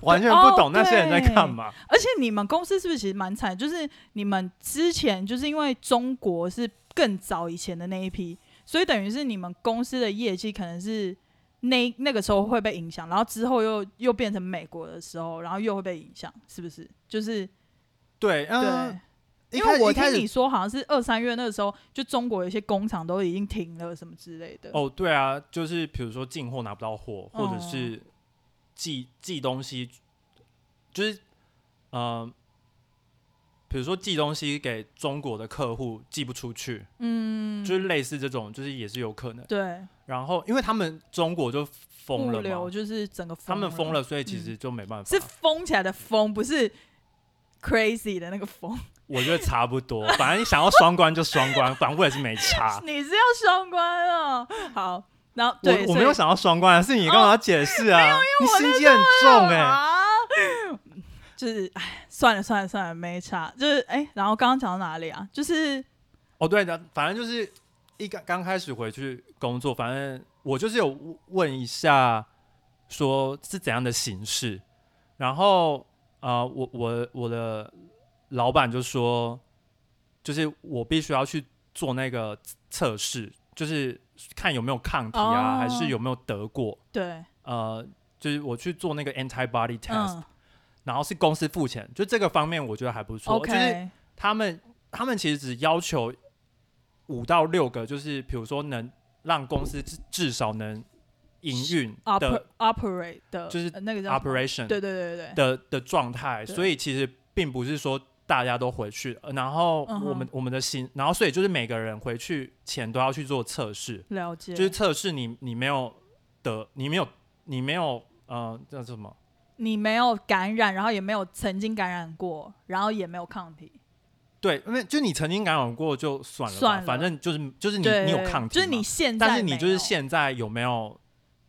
S2: 完全不懂那些
S1: 哦
S2: 人在干嘛。
S1: 而且你们公司是不是其实蛮惨？就是你们之前就是因为中国是更早以前的那一批，所以等于是你们公司的业绩可能是那那个时候会被影响，然后之后又又变成美国的时候，然后又会被影响，是不是？就是
S2: 对，
S1: 对，
S2: 嗯，一
S1: 因
S2: 开
S1: 为我
S2: 一开
S1: 听
S2: 始
S1: 你说好像是二三月那个时候，就中国有一些工厂都已经停了什么之类的。
S2: 哦，对啊，就是比如说进货拿不到货，或者
S1: 哦
S2: 是寄寄东西，就是呃，比如说寄东西给中国的客户寄不出去，
S1: 嗯，
S2: 就是类似这种，就是也是有可能。
S1: 对，
S2: 然后因为他们中国就封
S1: 物
S2: 了
S1: 流
S2: 嘛，
S1: 就是整个
S2: 他们封
S1: 了，嗯
S2: 了，所以其实就没办法。
S1: 是封起来的封，不是 crazy 的那个封。。
S2: 我觉得差不多，反正你想要双关就双关，反正我也是没差
S1: 你是要双关哦。好，然后 [laughs] 对，
S2: 啊我我
S1: 所
S2: 没
S1: 以
S2: 有想要双关啊，是你干嘛要解释啊？你
S1: 我
S2: 心机很重哎、
S1: 啊就是哎，算了算了算了，没差。就是哎，然后刚刚讲到哪里啊？就是
S2: 哦，对的，反正就是一刚刚开始回去工作，反正我就是有问问一下，说是怎样的形式，然后啊、呃我我我的老板就说，就是我必须要去做那个测试，就是看有没有抗体啊，还
S1: 哦
S2: 是有没有得过，
S1: 对，
S2: 呃，就是我去做那个 antibody test，、
S1: 嗯
S2: 然后是公司付钱，就这个方面我觉得还不错就是
S1: ，OK，
S2: 他们他们其实只要求五到六个，就是比如说能让公司至至少能营运
S1: oper
S2: 的
S1: operate 的，
S2: 就是
S1: 呃那个叫什么
S2: operation
S1: 对对对对对，
S2: 的的状态，
S1: 对
S2: 所以其实并不是说大家都回去，呃然后
S1: 嗯哼
S2: 我们、我们的行，然后所以就是每个人回去前都要去做测试，
S1: 了解，
S2: 就是测试你你没有的，你没有你没有呃叫什么？
S1: 你没有感染，然后也没有曾经感染过，然后也没有抗体，
S2: 对，因为就你曾经感染过就算了吧，
S1: 算了
S2: 反正就是就是你
S1: 对，
S2: 你有抗体嘛，
S1: 就是你现在没有，
S2: 但是你就是现在有没有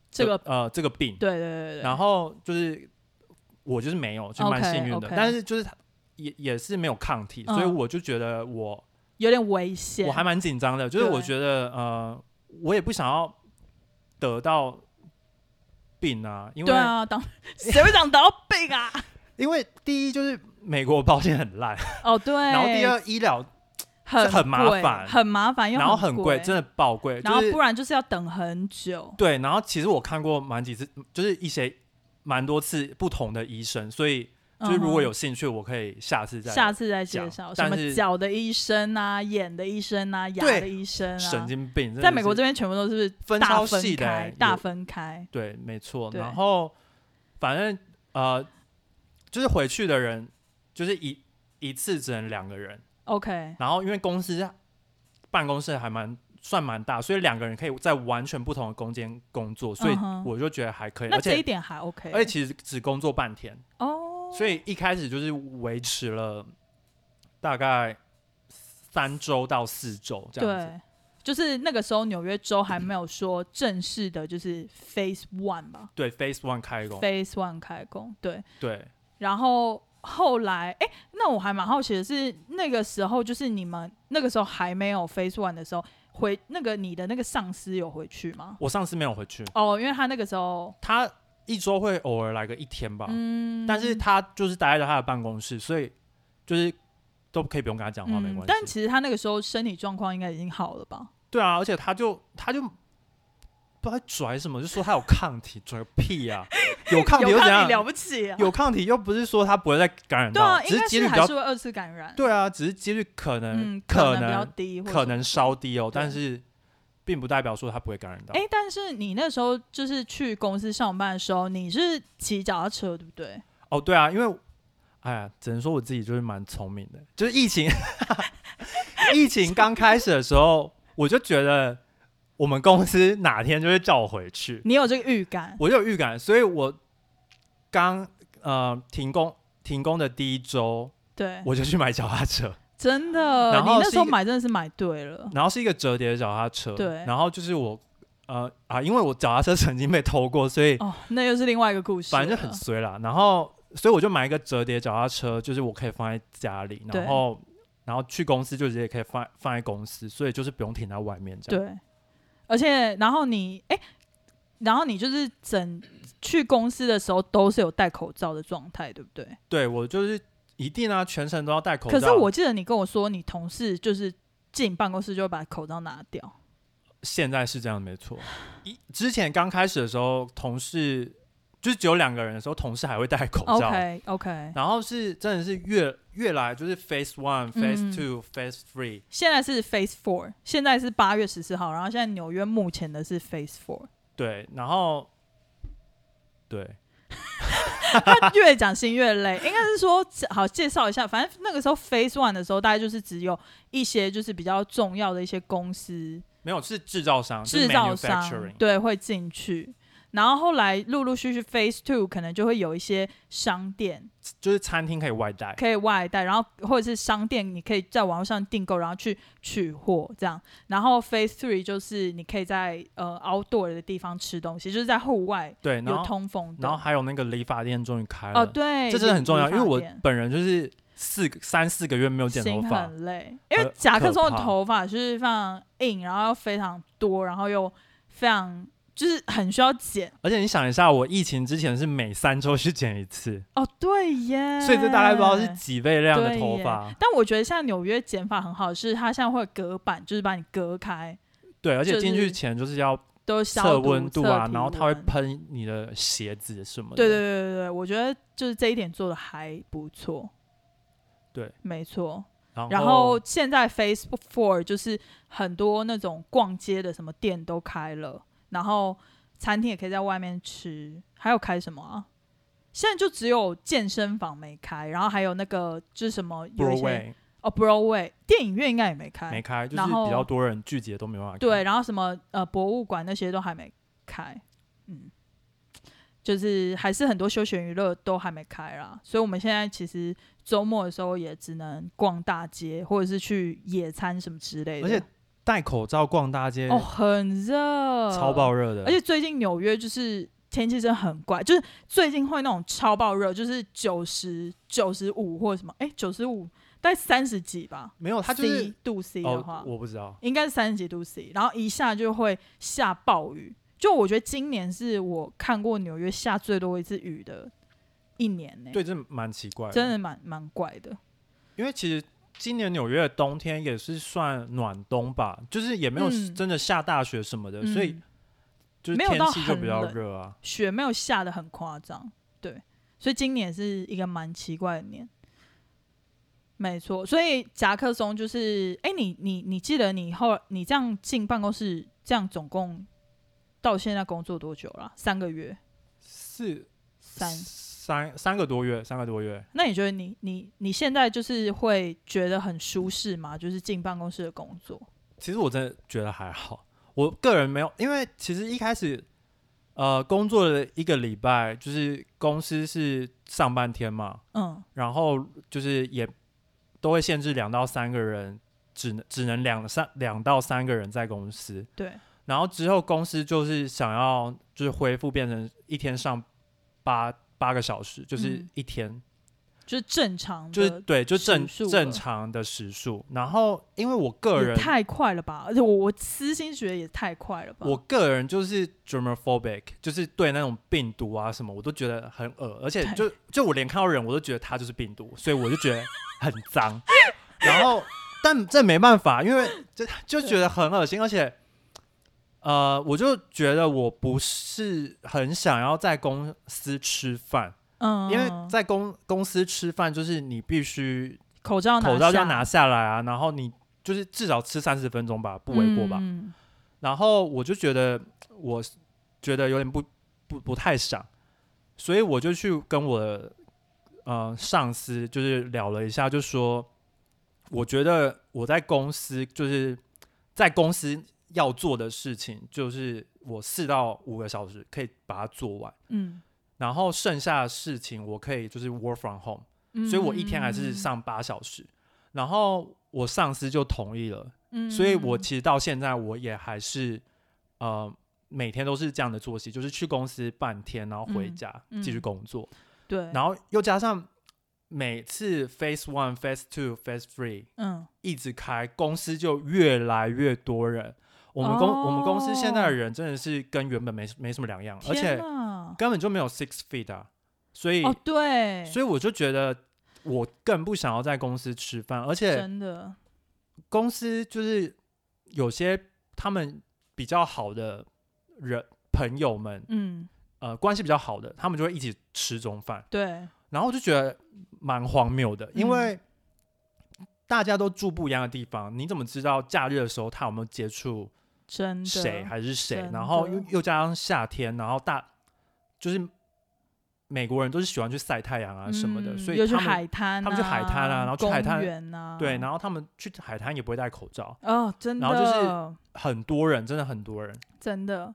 S1: 这个，
S2: 呃这个病？
S1: 对对对对对，
S2: 然后就是我就是没有，就蛮
S1: OK，
S2: 幸运的
S1: OK
S2: 但是就是他也也是没有抗体，
S1: 嗯
S2: 所以我就觉得我
S1: 有点危险，
S2: 我还蛮紧张的，就是我觉得呃我也不想要得到病啊，因为、
S1: 对啊，当
S2: [laughs]
S1: 谁会想得到病啊？
S2: 因为第一就是美国保险很烂，
S1: [laughs] 哦，对。
S2: 然后第二医疗
S1: 很
S2: 很麻
S1: 贵
S2: 烦
S1: 很麻烦，又
S2: 然后
S1: 很
S2: 很贵，真的爆贵，
S1: 然
S2: 就
S1: 后
S2: 是
S1: 不然就是要等很久。
S2: 对，然后其实我看过蛮几次，就是一些蛮多次不同的医生，所以就是如果有
S1: 嗯
S2: 兴趣，我可以下次
S1: 哼
S2: 再
S1: 下次再介
S2: 讲
S1: 绍什
S2: 但
S1: 么
S2: 是
S1: 脚的医生啊、眼的医生啊、牙
S2: 对
S1: 的医生啊，
S2: 神经病，真的
S1: 在美国
S2: 是
S1: 这边全部都是
S2: 分
S1: 大
S2: 超
S1: 分
S2: 细的
S1: 开，
S2: 欸
S1: 大
S2: 有
S1: 分开。
S2: 对，没错。
S1: 对
S2: 然后反正呃，就是回去的人就是一一次只能两个人，
S1: OK，
S2: 然后因为公司办公室还蛮算蛮大，所以两个人可以在完全不同的空间工作，所以
S1: 嗯哼
S2: 我就觉得还可以，
S1: 那
S2: 而
S1: 这一
S2: 且
S1: 点还 OK。
S2: 而且其实只工作半天，
S1: 哦，
S2: 所以一开始就是维持了大概三周到四周这样子。
S1: 对，就是那个时候纽约州还没有说正式的，就是 Phase One 吧
S2: 对 f a c e One 开工，
S1: ，Phase One 开工。对，
S2: 对，
S1: 然后后来，哎，那我还蛮好奇的是，那个时候就是你们那个时候还没有 Face One 的时候，回那个你的那个上司有回去吗？
S2: 我上次没有回去，
S1: 哦，因为他那个时候，
S2: 他一周会偶尔来个一天吧，
S1: 嗯，
S2: 哦但是他就是待在他的办公室，所以就是都可以不用跟他讲话，没
S1: 嗯
S2: 关系。
S1: 但其实他那个时候身体状况应该已经好了吧？
S2: 对啊，而且他就他就不知道在拽什么，就说他有抗体，拽个屁
S1: [laughs]
S2: 啊！有抗体
S1: 有
S2: 又怎
S1: 看
S2: 样
S1: 你？了不起啊？
S2: 有抗体又不是说他不会再感染
S1: 对
S2: 到，
S1: 啊，应
S2: 只
S1: 该
S2: 是几率比
S1: 还
S2: 较
S1: 是会二次感染。
S2: 对啊，只是几率可能、
S1: 嗯，
S2: 可
S1: 能比较
S2: 能
S1: 低，
S2: 可。能稍低哦，
S1: 对
S2: 但是并不代表说他不会感染到。
S1: 哎、但是你那时候就是去公司上班的时候，你是骑脚踏车对不对？
S2: 哦，对啊，因为哎呀，只能说我自己就是蛮聪明的，就是疫情， [laughs] 疫情刚开始的时候，我就觉得我们公司哪天就会叫我回去，
S1: 你有这个预感？
S2: 我就有预感，所以我刚呃停工停工的第一周，
S1: 对，
S2: 我就去买脚踏车，
S1: 真的，
S2: 然后
S1: 你那
S2: 是
S1: 时候
S2: 一个
S1: 买真的是买对了。
S2: 然后是一个折叠的脚踏车，
S1: 对
S2: 然后就是我呃啊，因为我脚踏车曾经被偷过，所以
S1: 哦，那又是另外一个故事了。
S2: 反正就很衰啦。然后，所以我就买一个折叠脚踏车，就是我可以放在家里，
S1: 对
S2: 然后然后去公司就直接可以放放在公司，所以就是不用停在外面这样。
S1: 对，而且然后你哎、然后你就是整去公司的时候都是有戴口罩的状态，对不对？
S2: 对我就是一定啊，全程都要戴口罩。
S1: 可是我记得你跟我说，你同事就是进办公室就会把口罩拿掉。
S2: 现在是这样，没错。一之前刚开始的时候，同事就是只有两个人的时候，同事还会戴口罩。
S1: OK OK，
S2: 然后是真的是越越来就是 Phase One、
S1: 嗯
S2: Phase Two、Phase Three，
S1: 现在是 Phase Four，现在是八月十四号，然后现在纽约目前的是 Phase Four。
S2: 对，然后对，
S1: 他越讲心越累，应该是说好介绍一下，反正那个时候 Phase One 的时候，大概就是只有一些就是比较重要的一些公司
S2: 没有是制造商，
S1: 制造商
S2: 啊就是 manufacturing
S1: 对会进去，然后后来陆陆续续 Phase Two 可能就会有一些商店
S2: 就是餐厅可以外带。
S1: 可以外带，然后或者是商店你可以在网络上订购，然后去取货这样，然后 Phase Three 就是你可以在呃 outdoor 的地方吃东西，就是在户外
S2: 对，然
S1: 有
S2: 后
S1: 通风的
S2: 然后还有那个理发店终于开了，
S1: 哦，对，
S2: 这真的很重要，
S1: 理
S2: 因
S1: 发
S2: 为我
S1: 店
S2: 本人就是四个三四个月没有剪头
S1: 心
S2: 发，
S1: 很累，因为
S2: 很
S1: 夹克
S2: 可
S1: 松的
S2: 怕
S1: 头发就是非常硬，然后又非常多，然后又非常就是很需要剪。
S2: 而且你想一下，我疫情之前是每三周去剪一次，
S1: 哦，对耶，
S2: 所以这大概不知道是几倍量的头发。
S1: 但我觉得现在纽约剪法很好，是它现在会有隔板，就是把你隔开，
S2: 对，而
S1: 就
S2: 且进
S1: 是
S2: 去前就是要
S1: 都消
S2: 测
S1: 毒
S2: 温度啊
S1: 测，体
S2: 然后它会
S1: 温
S2: 喷你的鞋子什么的。
S1: 对对对对对，我觉得就是这一点做的还不错。
S2: 对，
S1: 没错。
S2: 对
S1: 然
S2: 然
S1: 后现在 Facebook Four 就是很多那种逛街的什么店都开了，然后餐厅也可以在外面吃，还有开什么啊？现在就只有健身房没开，然后还有那个就是什么有一些
S2: Broadway
S1: 哦 Broadway 电影院应该也没开，
S2: 没开，就是
S1: 然后
S2: 比较多人聚集的都没办法开。
S1: 对，然后什么呃博物馆那些都还没开，嗯，就是还是很多休闲娱乐都还没开啦，所以我们现在其实周末的时候也只能逛大街或者是去野餐什么之类的，
S2: 而且戴口罩逛大街，
S1: 哦很热，
S2: 超爆热的。
S1: 而且最近纽约就是天气真的很怪，就是最近会那种超爆热，就是九十九十五或者什么，哎九十五大概三十几吧，
S2: 没哦有，它就是
S1: C 度 C 的话，
S2: 哦，我不知道。
S1: 应该是三十几度 C，然后一下就会下暴雨。就我觉得今年是我看过纽约下最多一次雨的一年呢、
S2: 对，这蛮奇怪的。
S1: 欸真的蛮蛮怪的。
S2: 因为其实今年纽约的冬天也是算暖冬吧，就是也没有
S1: 嗯
S2: 真的下大雪什么的，所以
S1: 嗯、
S2: 就是
S1: 没有
S2: 天
S1: 到
S2: 气就
S1: 很
S2: 比较
S1: 冷
S2: 热啊。
S1: 雪没有下的很夸张，对，所以今年是一个蛮奇怪的年。没错，所以夹克松就是，哎、你你你记得你后你这样进办公室，这样总共到现在工作多久了？三个月，
S2: 四
S1: 三
S2: 三三个多月，三个多月。
S1: 那你觉得你你你现在就是会觉得很舒适吗？就是进办公室的工作，
S2: 其实我真的觉得还好，我个人没有，因为其实一开始，呃，工作了一个礼拜，就是公司是上半天嘛，
S1: 嗯，
S2: 然后就是也都会限制两到三个人，只能只能两三两到三个人在公司，
S1: 对，
S2: 然后之后公司就是想要就是恢复变成一天上八八个小时，就是
S1: 嗯
S2: 一天，
S1: 就是正常的，
S2: 就是对，就正
S1: 时数了
S2: 正常的时数。然后因为我个
S1: 也
S2: 人，
S1: 太快了吧？而且我我私心觉得也太快了吧？
S2: 我个人就是 germophobic，就是对那种病毒啊什么，我都觉得很恶，而且就就我连看到人我都觉得他就是病毒，所以我就觉得很脏。 [laughs] 然后，但这没办法，因为这就觉得很恶心，而且，呃，我就觉得我不是很想要在公司吃饭，
S1: 嗯，
S2: 因为在公公司吃饭就是你必须
S1: 口罩
S2: 口罩就
S1: 下
S2: 要拿下来啊，然后你就是至少吃三十分钟吧，不为过吧。
S1: 嗯
S2: 然后我就觉得，我是觉得有点不不不太想，所以我就去跟我的呃上司就是聊了一下，就说我觉得我在公司就是在公司要做的事情，就是我四到五个小时可以把它做完，
S1: 嗯
S2: 然后剩下的事情我可以就是 work from home。
S1: 嗯
S2: 所以我一天还是，上八小时，然后我上司就同意了，
S1: 嗯
S2: 所以我其实到现在我也还是呃每天都是这样的作息，就是去公司半天，然后回
S1: 嗯
S2: 家
S1: 嗯
S2: 继续工作，
S1: 对，
S2: 然后又加上每次 Phase One、Phase Two、Phase Three
S1: 嗯
S2: 一直开，公司就越来越多人。我们公、
S1: 哦
S2: 我们公司现在的人真的是跟原本没没什么两样，而
S1: 天
S2: 且
S1: 哪
S2: 根本就没有 six feet 啊，所以、
S1: 哦，对，
S2: 所以我就觉得我更不想要在公司吃饭，而且
S1: 真的
S2: 公司就是有些他们比较好的人朋友们，
S1: 嗯，
S2: 呃，关系比较好的，他们就会一起吃中饭，
S1: 对，
S2: 然后我就觉得蛮荒谬的，因
S1: 嗯
S2: 为大家都住不一样的地方，你怎么知道假日的时候他有没有接触
S1: 真的
S2: 谁还是谁
S1: 真？的
S2: 然后又又加上夏天，然后大就是美国人都是喜欢去晒太阳啊什么的，
S1: 嗯
S2: 所以
S1: 又去
S2: 他们
S1: 海滩、啊，
S2: 他们去海滩啊然后去海滩
S1: 公园啊，
S2: 对，然后他们去海滩也不会戴口罩，
S1: 哦，真的，
S2: 然后就是很多人真的很多人，
S1: 真的。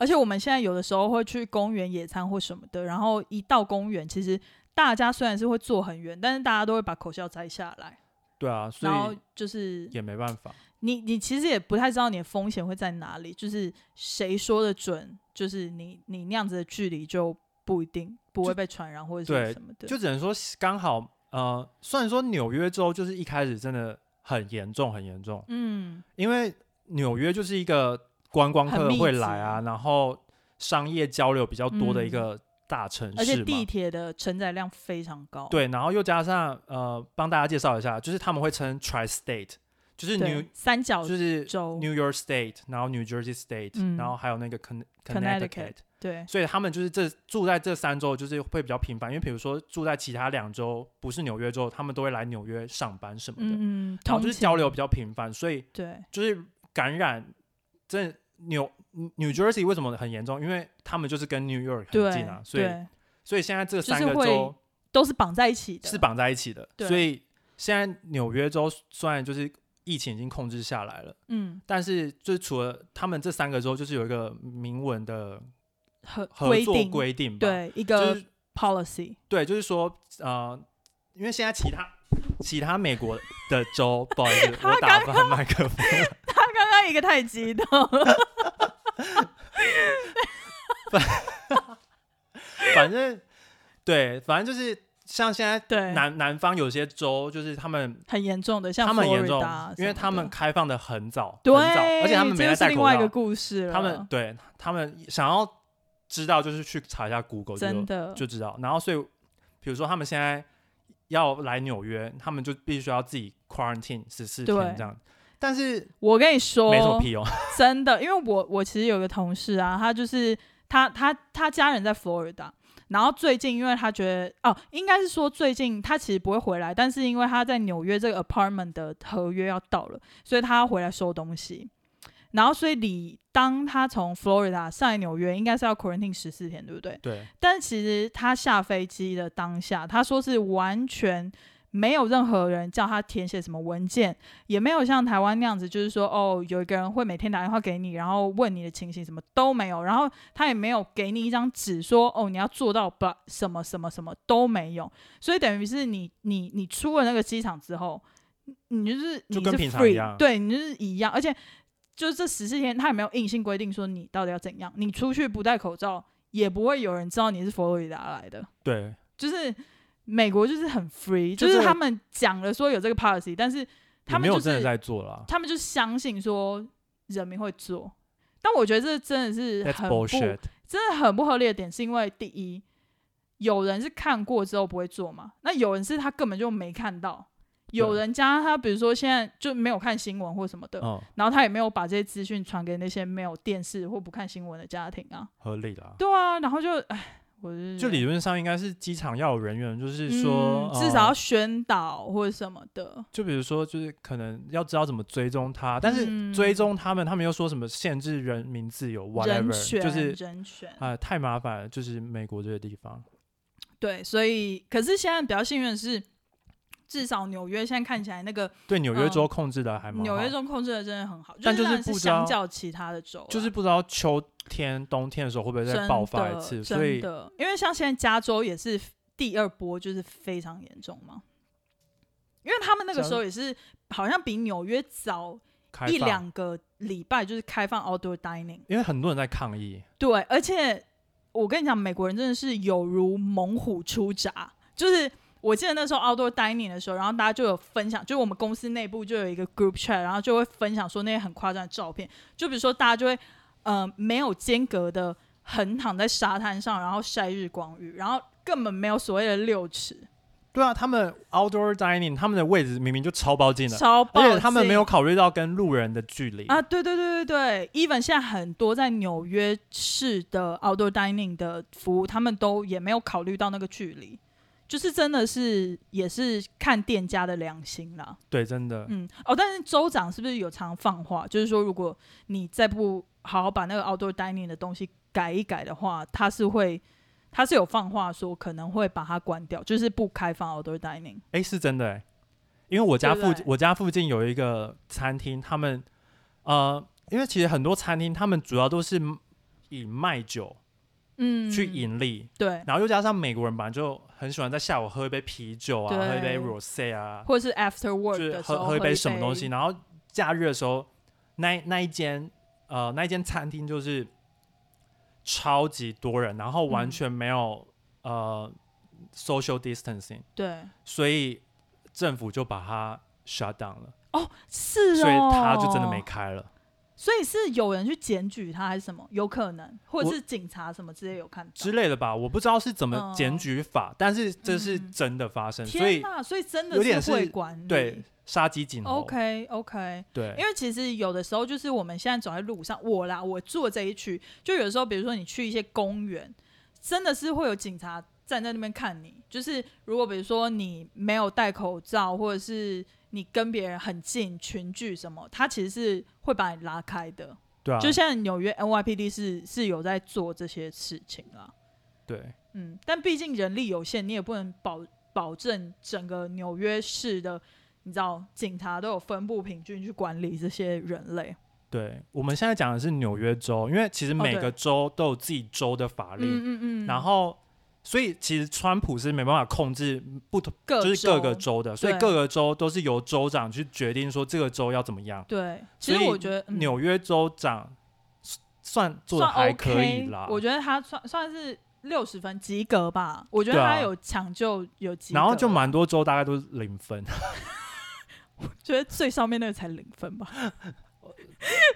S1: 而且我们现在有的时候会去公园野餐或什么的，然后一到公园，其实大家虽然是会坐很远，但是大家都会把口罩摘下来，
S2: 对啊，所
S1: 然后
S2: 以
S1: 就是
S2: 也没办法。
S1: 你你其实也不太知道你的风险会在哪里，就是谁说的准，就是你你那样子的距离就不一定不会被传染或者
S2: 对
S1: 是什么的，
S2: 就只能说是刚好，呃，虽然说纽约州就是一开始真的很严重，很严重，
S1: 嗯
S2: 因为纽约就是一个观光
S1: 很
S2: 客
S1: 密集嗯
S2: 会来啊，然后商业交流比较多的一个大城
S1: 而
S2: 市
S1: 且
S2: 嘛。
S1: 地铁的承载量非常高，
S2: 对，然后又加上呃，帮大家介绍一下，就是他们会称 tri-state，就是
S1: 对，
S2: New
S1: 三角
S2: 就是
S1: 洲，
S2: New York State，然后 New Jersey State，、
S1: 嗯
S2: 然后还有那个 Conne-
S1: Connecticut
S2: Connecticut，
S1: 对
S2: 所以他们就是这住在这三州，就是会比较频繁，因为比如说住在其他两州，不是纽约州，他们都会来纽约上班什么的，
S1: 嗯嗯，
S2: 然后
S1: 通
S2: 就是
S1: 勤
S2: 交流比较频繁，所以
S1: 对
S2: 就是感染这纽 New Jersey 为什么很严重？因为他们就是跟 New York 很近啊
S1: 对，
S2: 所以
S1: 对
S2: 所以现在这三
S1: 就
S2: 个
S1: 是会
S2: 州
S1: 都是绑在一起的，
S2: 是？绑在一起的，
S1: 对
S2: 所以现在纽约州虽然就是疫情已经控制下来了，
S1: 嗯，
S2: 但是就是除了他们这三个州，就是有一个明文的
S1: 合
S2: 合
S1: 规
S2: 作
S1: 定
S2: 规定吧，
S1: 对一
S2: 就
S1: 个
S2: 是
S1: policy， [laughs]
S2: 对，就是说，呃，因为现在其他其他美国的州，不好意思，我打翻麦克风，
S1: 他刚刚一个太激
S2: [laughs]
S1: 动了，
S2: 反正对，反正就是像现在
S1: 对，
S2: 南南方有些州，就是他们
S1: 很严重的，像
S2: 他们
S1: 佛罗
S2: 严
S1: 里
S2: 重
S1: 达，
S2: 因为
S1: 什么
S2: 他们
S1: 的
S2: 开放的很早，
S1: 对，
S2: 很早，而且他们
S1: 这
S2: 没在
S1: 又是
S2: 戴
S1: 另
S2: 口
S1: 外一个
S2: 罩，
S1: 故事了，
S2: 他们对他们想要知道就是去查一下 Google
S1: 真
S2: 就
S1: 的
S2: 就知道，然后所以比如说他们现在要来纽约，他们就必须要自己 quarantine 十四
S1: 对
S2: 天这样，但是
S1: 我跟你说，
S2: 没什么
S1: [laughs]
S2: 屁用。
S1: 真的，因为我我其实有个同事啊，他就是他他他家人在佛罗里达，然后最近因为他觉得哦，应该是说最近他其实不会回来，但是因为他在纽约这个 apartment 的合约要到了，所以他要回来收东西。然后，所以李当他从佛罗里达上来纽约，应该是要 quarantine 十四天，对不对？
S2: 对，
S1: 但其实他下飞机的当下，他说是完全没有任何人叫他填写什么文件，也没有像台湾那样子，就是说哦，有一个人会每天打电话给你，然后问你的情形，什么都没有。然后他也没有给你一张纸说哦，你要做到不什么什么什么都没有。所以等于是你你你出了那个机场之后，你你就是你
S2: 就是跟
S1: free,
S2: 平常一样
S1: 对你就是一样，而且。就是这十四天，他也没有硬性规定说你到底要怎样。你出去不戴口罩，也不会有人知道你是佛罗里达来的。
S2: 对，
S1: 就是美国就是很 free，
S2: 就
S1: 就是是他们讲了说有这个 policy，但是他
S2: 也
S1: 们
S2: 没有
S1: 就
S2: 真的
S1: 是
S2: 在做啦。
S1: 他们就相信说人民会做。但我觉得这真的是
S2: That's
S1: 很不
S2: bullshit。
S1: 真的很不合理的点，是因为第一，有人是看过之后不会做嘛，那有人是他根本就没看到，有人家他比如说现在就没有看新闻或什么的，
S2: 嗯，
S1: 然后他也没有把这些资讯传给那些没有电视或不看新闻的家庭啊。
S2: 合理啦。
S1: 对啊，然后就唉，我就
S2: 就理论上应该是机场要有人员，就是说、
S1: 嗯至少要
S2: 呃
S1: 宣导或者什么的。
S2: 就比如说就是可能要知道怎么追踪他，但是
S1: 嗯
S2: 追踪他们，他们又说什么限制人民自由
S1: 人
S2: ，whatever，
S1: 权，
S2: 就是
S1: 人权、
S2: 啊、太麻烦了，就是美国这个地方。
S1: 对，所以可是现在比较幸运的是，至少纽约现在看起来那个
S2: 对纽约州控制的还蛮
S1: 嗯
S2: 好，
S1: 纽约州控制的真的很好，
S2: 但
S1: 就
S2: 就
S1: 当
S2: 是是
S1: 然是
S2: 不知道
S1: 相较其他的州啦，
S2: 就是不知道秋天、冬天的时候会不会再
S1: 真
S2: 爆发一
S1: 的
S2: 次，所
S1: 真
S2: 以
S1: 的，因为像现在加州也是第二波，就是非常严重嘛。因为他们那个时候也是好像比纽约早
S2: 开
S1: 一
S2: 放。
S1: 两个礼拜，就是开放 outdoor dining。
S2: 因为很多人在抗议，
S1: 对，而且我跟你讲，美国人真的是有如猛虎出闸，就是。我记得那时候 outdoor dining 的时候，然后大家就有分享，就是我们公司内部就有一个 group chat，然后就会分享说那些很夸张的照片，就比如说大家就会呃没有间隔的横躺在沙滩上，然后晒日光浴，然后根本没有所谓的六尺，
S2: 对啊，他们 outdoor dining 他们的位置明明就超包近的，
S1: 超爆
S2: 而且他们
S1: 近
S2: 没有考虑到跟路人的距离
S1: 啊，对对对对对，even 现在很多在纽约市的 outdoor dining 的服务，他们都也没有考虑到那个距离，就是真的是也是看店家的良心啦。
S2: 对，真的，
S1: 嗯，哦，但是州长是不是有常放话，就是说如果你再不好好把那个 outdoor dining 的东西改一改的话，他是会他是有放话说可能会把它关掉，就是不开放 outdoor dining。
S2: 哎、是真的哎、因为我家
S1: 对不
S2: 附
S1: 对
S2: 我家附近有一个餐厅，他们呃，因为其实很多餐厅他们主要都是以卖酒
S1: 嗯，
S2: 去啊盈利，
S1: 对，
S2: 然后又加上美国人本来就很喜欢在下午喝一杯啤酒啊，喝一
S1: 对
S2: 杯 rosé 啊，
S1: 或者是 after
S2: 就
S1: work
S2: 是
S1: 的时
S2: 喝
S1: 候
S2: 喝
S1: 一
S2: 杯什么东西，然后假日的时候，那那一间呃那一间餐厅就是超级多人，然后完
S1: 嗯
S2: 全没有、呃 social distancing，
S1: 对。
S2: 所以政府就把它 shut down 了，
S1: 哦，是哦，
S2: 所以它就真的没，开了。
S1: 所以是有人去检举他还是什么？有可能，或者
S2: 我
S1: 是警察什么之类有看到
S2: 之类的吧，我不知道是怎么
S1: 嗯
S2: 检举法，但是这是
S1: 嗯
S2: 真的发生，所
S1: 天
S2: 以
S1: 呐，所以真
S2: 有
S1: 的
S2: 点
S1: 是
S2: 是
S1: 会管理。
S2: 对杀鸡儆猴。
S1: OK OK，
S2: 对，
S1: 因为其实有的时候就是我们现在走在路上，我啦，我住的这一区，就有时候比如说你去一些公园，真的是会有警察站在那边看你。就是如果比如说你没有戴口罩，或者是你跟别人很近群聚什么，他其实是会把你拉开的。
S2: 对啊，
S1: 就现在纽约 NYPD 是是有在做这些事情啦，
S2: 对
S1: 嗯，但毕竟人力有限，你也不能保保证整个纽约市的，你知道警察都有分布平均去管理这些人类，
S2: 对，我们现在讲的是纽约州，因为其实每
S1: 哦对
S2: 个州都有自己州的法律，
S1: 嗯嗯嗯，
S2: 然后所以其实川普是没办法控制不同，
S1: 各
S2: 就是各个
S1: 州
S2: 州的，所以
S1: 对
S2: 各个州都是由州长去决定说这个州要怎么样。
S1: 对，其实
S2: 所以
S1: 我觉得、嗯、
S2: 纽约州长算做的
S1: 算
S2: 还可以
S1: OK，
S2: 啦，
S1: 我觉得他算算是六十分及格吧，我觉得
S2: 对啊
S1: 他有抢救有及格，
S2: 然后就蛮多州大概都是零分， [laughs]
S1: 觉得最上面那个才零分吧，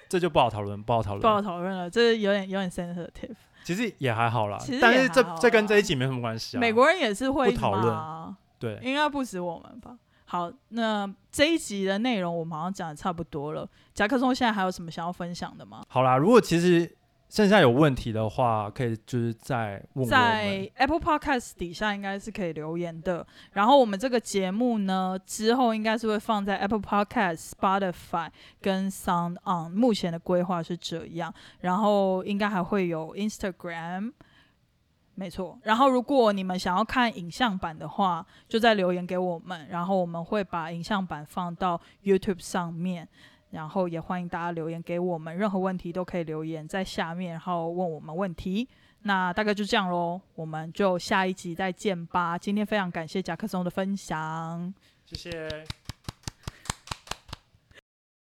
S2: 这就不好讨论，不好讨
S1: 不好
S2: 论。
S1: 讨论了，这有点有点 sensitive。
S2: 其实也还好啦
S1: 其实，
S2: 但
S1: 也
S2: 是
S1: 还
S2: 这
S1: 好
S2: 这跟
S1: 啦
S2: 这一集没什么关系啊。
S1: 美国人也是会
S2: 不讨论
S1: 骂啊
S2: 对，
S1: 应该不止我们吧。好，那这一集的内容我们好像讲的差不多了。夹克松现在还有什么想要分享的吗？
S2: 好啦，如果其实剩下有问题的话，可以就是再问我们
S1: 在。Apple Podcast 底下应该是可以留言的。然后我们这个节目呢，之后应该是会放在 Apple Podcast、Spotify 跟 Sound On。目前的规划是这样，然后应该还会有 Instagram。没错，然后如果你们想要看影像版的话，就在留言给我们，然后我们会把影像版放到 YouTube 上面，然后也欢迎大家留言给我们，任何问题都可以留言在下面，然后问我们问题。那大概就这样喽，我们就下一集再见吧。今天非常感谢夹克松的分享。
S2: 谢谢。